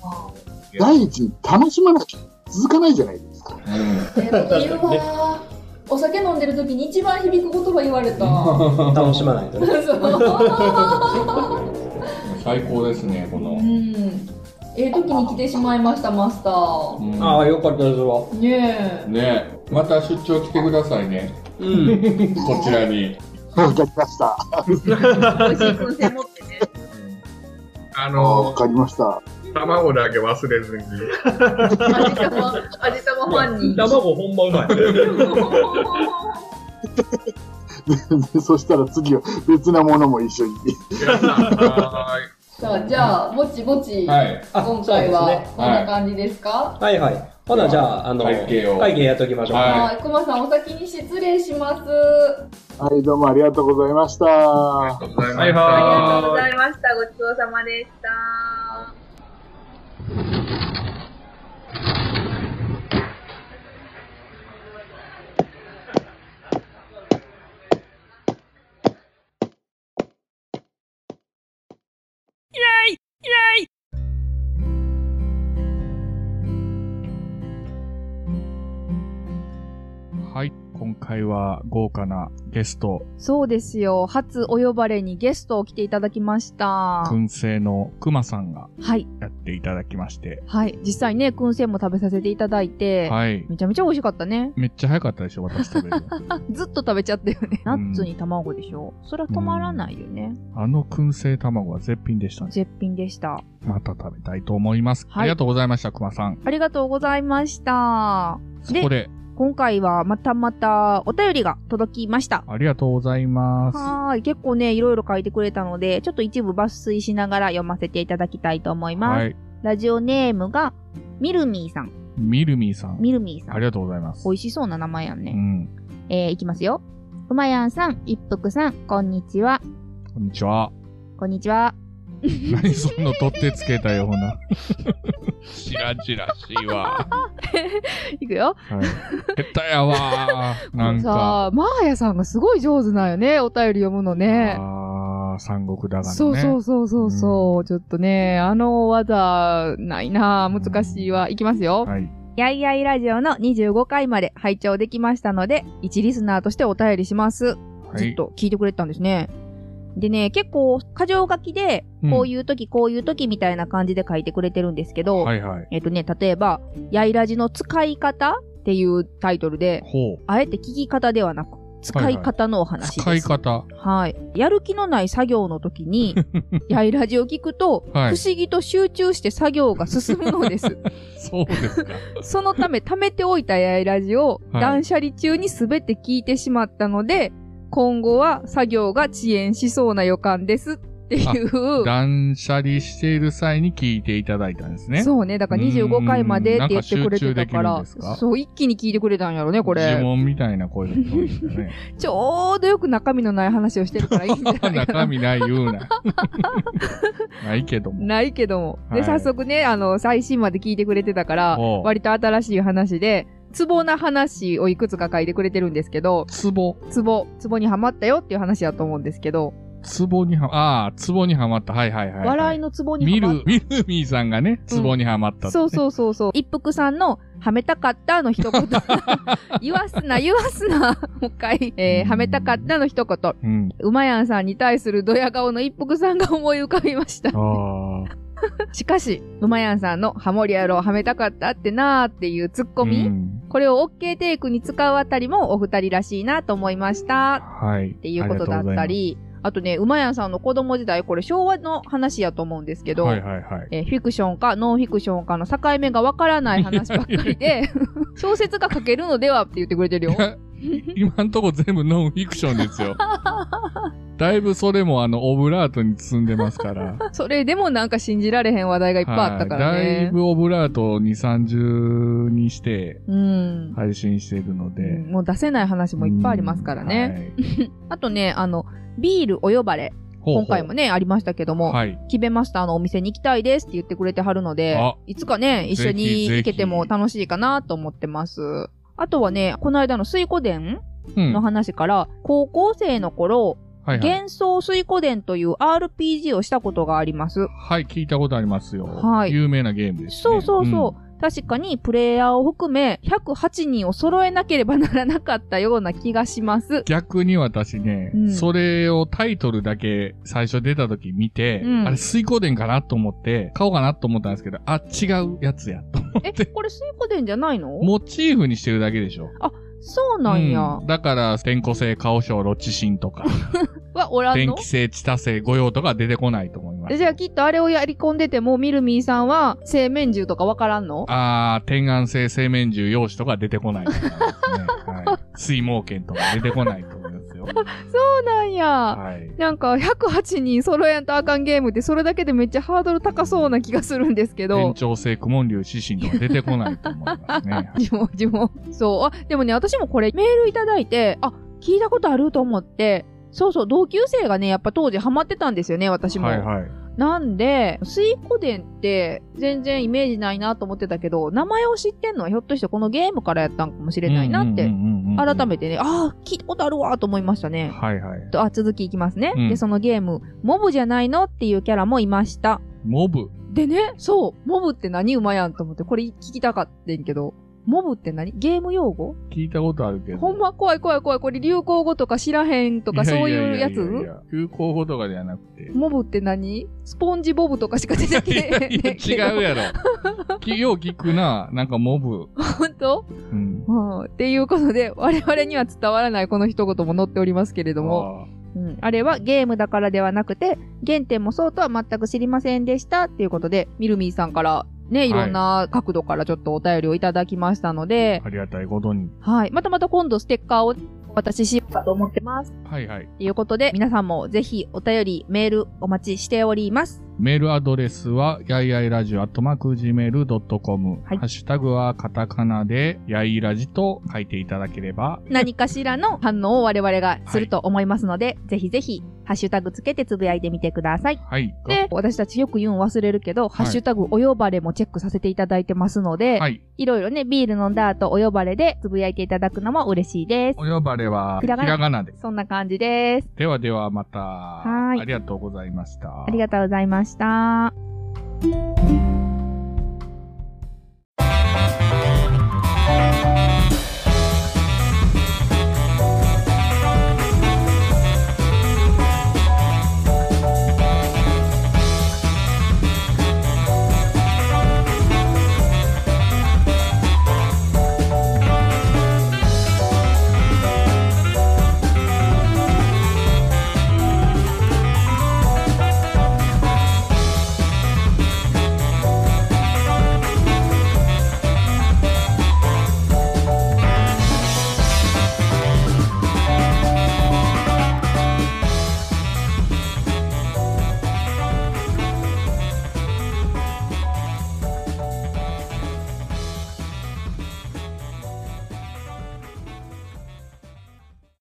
S4: 第一に楽しまなきゃ続かないじゃないですか。
S10: いるわー。お酒飲んでる時に一番響く言葉言われた。
S8: 楽しまないとね。
S11: 最高ですね、この
S10: う。ん。ええ時に来てしまいました、マスタ
S8: (laughs)
S10: ー。
S8: ああ、よかったですわ。
S10: ね
S11: ねまた出張来てくださいね。こちらに。
S4: わかりました。
S6: あ
S4: あー
S6: の
S4: わ、かりました。 (laughs)
S6: 卵だけ忘れ
S11: (laughs)
S6: ずに。
S9: 味玉、味玉ファンに。
S5: 卵ほんまうまい。
S4: でそしたら次は別なものも一緒に。
S10: え。さあ、じゃあ、ぼちぼち、
S11: はい
S10: 今回
S8: そう
S10: は
S8: ですね
S10: こんな感じですか
S8: はいはい。ほな、じゃあ、あの、会計やっときましょう。
S10: はい、くまさんお先に失礼します。
S4: はい、どうもありがとうございました。ありがとうござい
S6: まし
S9: ありがとうご
S6: た。
S9: ざいました。ごちそうさまでした。
S12: イエイイエイ
S2: はい、今回は豪華なゲスト、
S1: そうですよ。初お呼ばれにゲストを来ていただきました。
S2: 燻製のくまさんが
S1: はい。
S2: やっていただきまして、
S1: はい。実際ね、燻製も食べさせていただいて、
S2: はい。
S1: めちゃめちゃ美味しかったね。
S2: めっちゃ早かったでしょ、私食べるの。
S1: ずっと食べちゃったよね。ナッツに卵でしょ。それは止まらないよね。
S2: あの燻製卵は絶品でしたね。
S1: 絶品でした。
S2: また食べたいと思います。
S1: はい
S2: ありがとうございました、くまさん。
S1: ありがとうございました。
S2: そこで、
S1: 今回はまたまたお便りが届きました。
S2: ありがとうございます。
S1: はーい。結構ね、いろいろ書いてくれたので、ちょっと一部抜粋しながら読ませていただきたいと思います。
S2: はい
S1: ラジオネームが、みるみーさん。
S2: みるみーさん。
S1: みるみーさん。
S2: ありがとうございます。
S1: 美味しそうな名前やんね。
S2: うん。
S1: えー、いきますよ。うまやんさん、一服さん、こんにちは。
S2: こんにち
S1: (laughs)
S2: は。
S1: こんにちは。
S2: 何そんな取ってつけたような。しらじらしいわ。
S1: いくよ。
S2: はい。下手やわ
S1: (laughs)
S2: ー。なんか、
S1: さあ、マーヤさんがすごい上手なんよね、お便り読むのね。
S2: あー三国だがね。
S1: そうそうそうそうそう、ちょっとね、あの技、ないなぁ難しいわ。いきますよ。
S2: はい。
S1: やいやいラジオの25回まで拝聴できましたので、一リスナーとしてお便りします。
S2: い
S1: ずっと聞いてくれてたんですね。でね、結構、箇条書きで、
S2: うん
S1: こういう時、こういう時みたいな感じで書いてくれてるんですけど、
S2: はいはい
S1: えっとね、例えば、やいラジの使い方っていうタイトルで、
S2: ほう。
S1: あえて聞き方ではなく、使い方のお話です。
S2: 使い方。
S1: はい。やる気のない作業の時
S2: (laughs)
S1: に、やいラジを聞くと、
S2: はい
S1: 不思議と集中して作業が進むの
S2: (laughs)
S1: です。
S2: そうですか。
S1: そのため、貯めておいたやいラジを、
S2: はい
S1: 断捨離中に全て聞いてしまったので、今後は作業が遅延しそうな予感ですっていう。
S2: 断捨離している際に聞いていただいたんですね。
S1: そうね。だから25回までって言ってくれてたから、
S2: うーんなんか集中できるんですか
S1: そう、一気に聞いてくれたんやろね、こ
S2: 呪
S1: れ。
S2: 文みたいな声が聞こえてきたね。
S1: ちょうどよく中身のない話をしてるからいいん (laughs) じゃないかな。
S2: (laughs) 中身ない言うな。ないけども。
S1: ないけども。
S2: はい
S1: で、早速ね、あの、最新まで聞いてくれてたから、
S2: おう
S1: 割と新しい話で、ツボな話をいくつか書いてくれてるんですけど、
S2: ツボ
S1: ツボ、ツボにはまったよっていう話だと思うんですけど、
S2: ツボには、ああ、ツボにはまった。はいはいはい、はい。
S1: 笑いのツボに
S2: 見
S1: はま
S2: る、見るみーさんがね、ツボにはまった、
S1: そうそうそうそう。一服さんの、はめたかったの一言。 (laughs) 言わすな、言わすな。もう一回、えーはめたかったの一言。
S2: うん。
S1: うまやんさんに対するドヤ顔の一服さんが思い浮かびました。
S2: ああ。
S1: しかし、うまやんさんのハモリ野郎はめたかったってなーっていうツッコミ、
S2: うん
S1: これを OK テイクに使うあたりもお二人らしいなと思いました。
S2: はい。っ
S1: っていうことだったり、あとね、うまやんさんの子供時代、これ昭和の話やと思うんですけど、
S2: はいはいはい
S1: えーフィクションかノンフィクションかの境目がわからない話ばっかりで、小説が書けるのではって言ってくれてるよ。
S2: 今んとこ全部ノンフィクションで
S1: (laughs)
S2: すよ。だいぶそれもあの、オブラートに包んでますから。
S1: それでもなんか信じられへん話 (laughs) 題がいっぱいあったから
S2: はいだい
S1: ね。
S2: ぶオブラートを2、30にして
S1: うん。
S2: 配信してるので。
S1: もう出せない話もいっぱいありますからね。あとね、あの、ビールお呼ばれ。
S2: ほうほう
S1: 今回もね、ありましたけども、
S2: はい
S1: キベマスターのお店に行きたいですって言ってくれてはるので
S2: あ、
S1: いつかね、一緒
S2: ぜひ
S1: に
S2: ぜひ
S1: 行けても楽しいかなと思ってます。あとはね、この間の水湖伝
S2: うん
S1: の話から、高校生の頃、
S2: はいはい
S1: 幻想水湖伝という RPG をしたことがあります。
S2: はい、聞いたことありますよ。
S1: はい
S2: 有名なゲームです、ね。
S1: そうそうそう。確かにプレイヤーを含め108人を揃えなければならなかったような気がします。
S2: 逆に私ね、
S1: うん
S2: それをタイトルだけ最初出た時見て、
S1: うん
S2: あれ水光伝かなと思って、買おうかなと思ったんですけど、あ、違うやつやと。
S1: え、これ水湖伝じゃないの
S2: モチーフにしてるだけでしょ。
S1: そうなんや。
S2: うんだから、天候性、顔症、ロッチシ
S1: (laughs)
S2: ンとか、
S1: はおらん
S2: 天
S1: の
S2: 気性、地多性、御用とか出てこないと思います。
S1: じゃあきっとあれをやり込んでても、ミルミーさんは製麺銃とかわからんの
S2: あー、天眼性、製面獣、用紙とか出てこないと思いま
S1: (laughs)
S2: すね。はい、水毛犬とか出てこないと思
S1: (laughs)
S2: いますよ。
S1: そうなんや。
S2: はい。
S1: なんか108人揃えんとあかんゲームってそれだけでめっちゃハードル高そうな気がするんですけ
S2: 天
S1: ど。
S2: 長性、クモン流、獅神とか出てこないと思いますね。
S1: (laughs) 自問自問。そう。あ、でもね、私もこれメールいただいて、あ、聞いたことあると思って、そうそう、同級生がね、やっぱ当時ハマってたんですよね、私も。
S2: はいはい。
S1: なんで、水湖伝って全然イメージないなと思ってたけど、名前を知ってんのはひょっとしてこのゲームからやったんかもしれないなって
S2: うんうんうんうんうん、
S1: 改めてね、ああ、聞いたことあるわと思いましたね。
S2: はいはい。
S1: とあ、続きいきますね。
S2: うん
S1: で、そのゲーム、モブじゃないのっていうキャラもいました。
S2: モブ。
S1: でね、そう、モブって何馬やんと思って、これ聞きたかってんけど、モブって何ゲーム用語
S2: 聞いたことあるけど。
S1: ほんま怖い怖い怖い、これ流行語とか知らへんとかそういうやつ
S2: やいやいやいや流行語とかではなくて。
S1: モブって何スポンジボブとかしか出てけえへんねん
S2: い
S1: け
S2: や
S1: ど
S2: 違うや (laughs) ろ。きよう聞くな、なんかモブ。
S1: (laughs) 本当、
S2: うん
S1: うんっていうことで、我々には伝わらないこの一言も載っておりますけれども、うん、あれはゲームだからではなくて、原点もそうとは全く知りませんでしたっていうことで、ミルミーさんからね、いろんな角度からちょっとお便りをいただきましたので、
S2: ありがたいことに。
S1: はい。またまた今度ステッカーを私しようかと思ってます。
S2: はいはい。
S1: ということで、皆さんもぜひお便り、メールお待ちしております。
S2: メールアドレスは、やいやいラジオ、アットマーク、gmail.com。ハッシュタグはカタカナで、やいラジと書いていただければ、
S1: 何かしらの反応を我々がすると思いますので、ぜひぜひ、ハッシュタグつけてつぶやいてみてください。
S2: はい。
S1: で、私たちよく言うん忘れるけど、ハッシュタグお呼ばれもチェックさせていただいてますので、
S2: はい
S1: い、ろいろね、ビール飲んだ後お呼ばれでつぶやいていただくのも嬉しいです
S2: お。呼ばれは、ひらがなで。
S1: そんな感じです。
S2: ではではまた、
S1: はーい
S2: ありがとうございました
S1: あ。りがとうございました。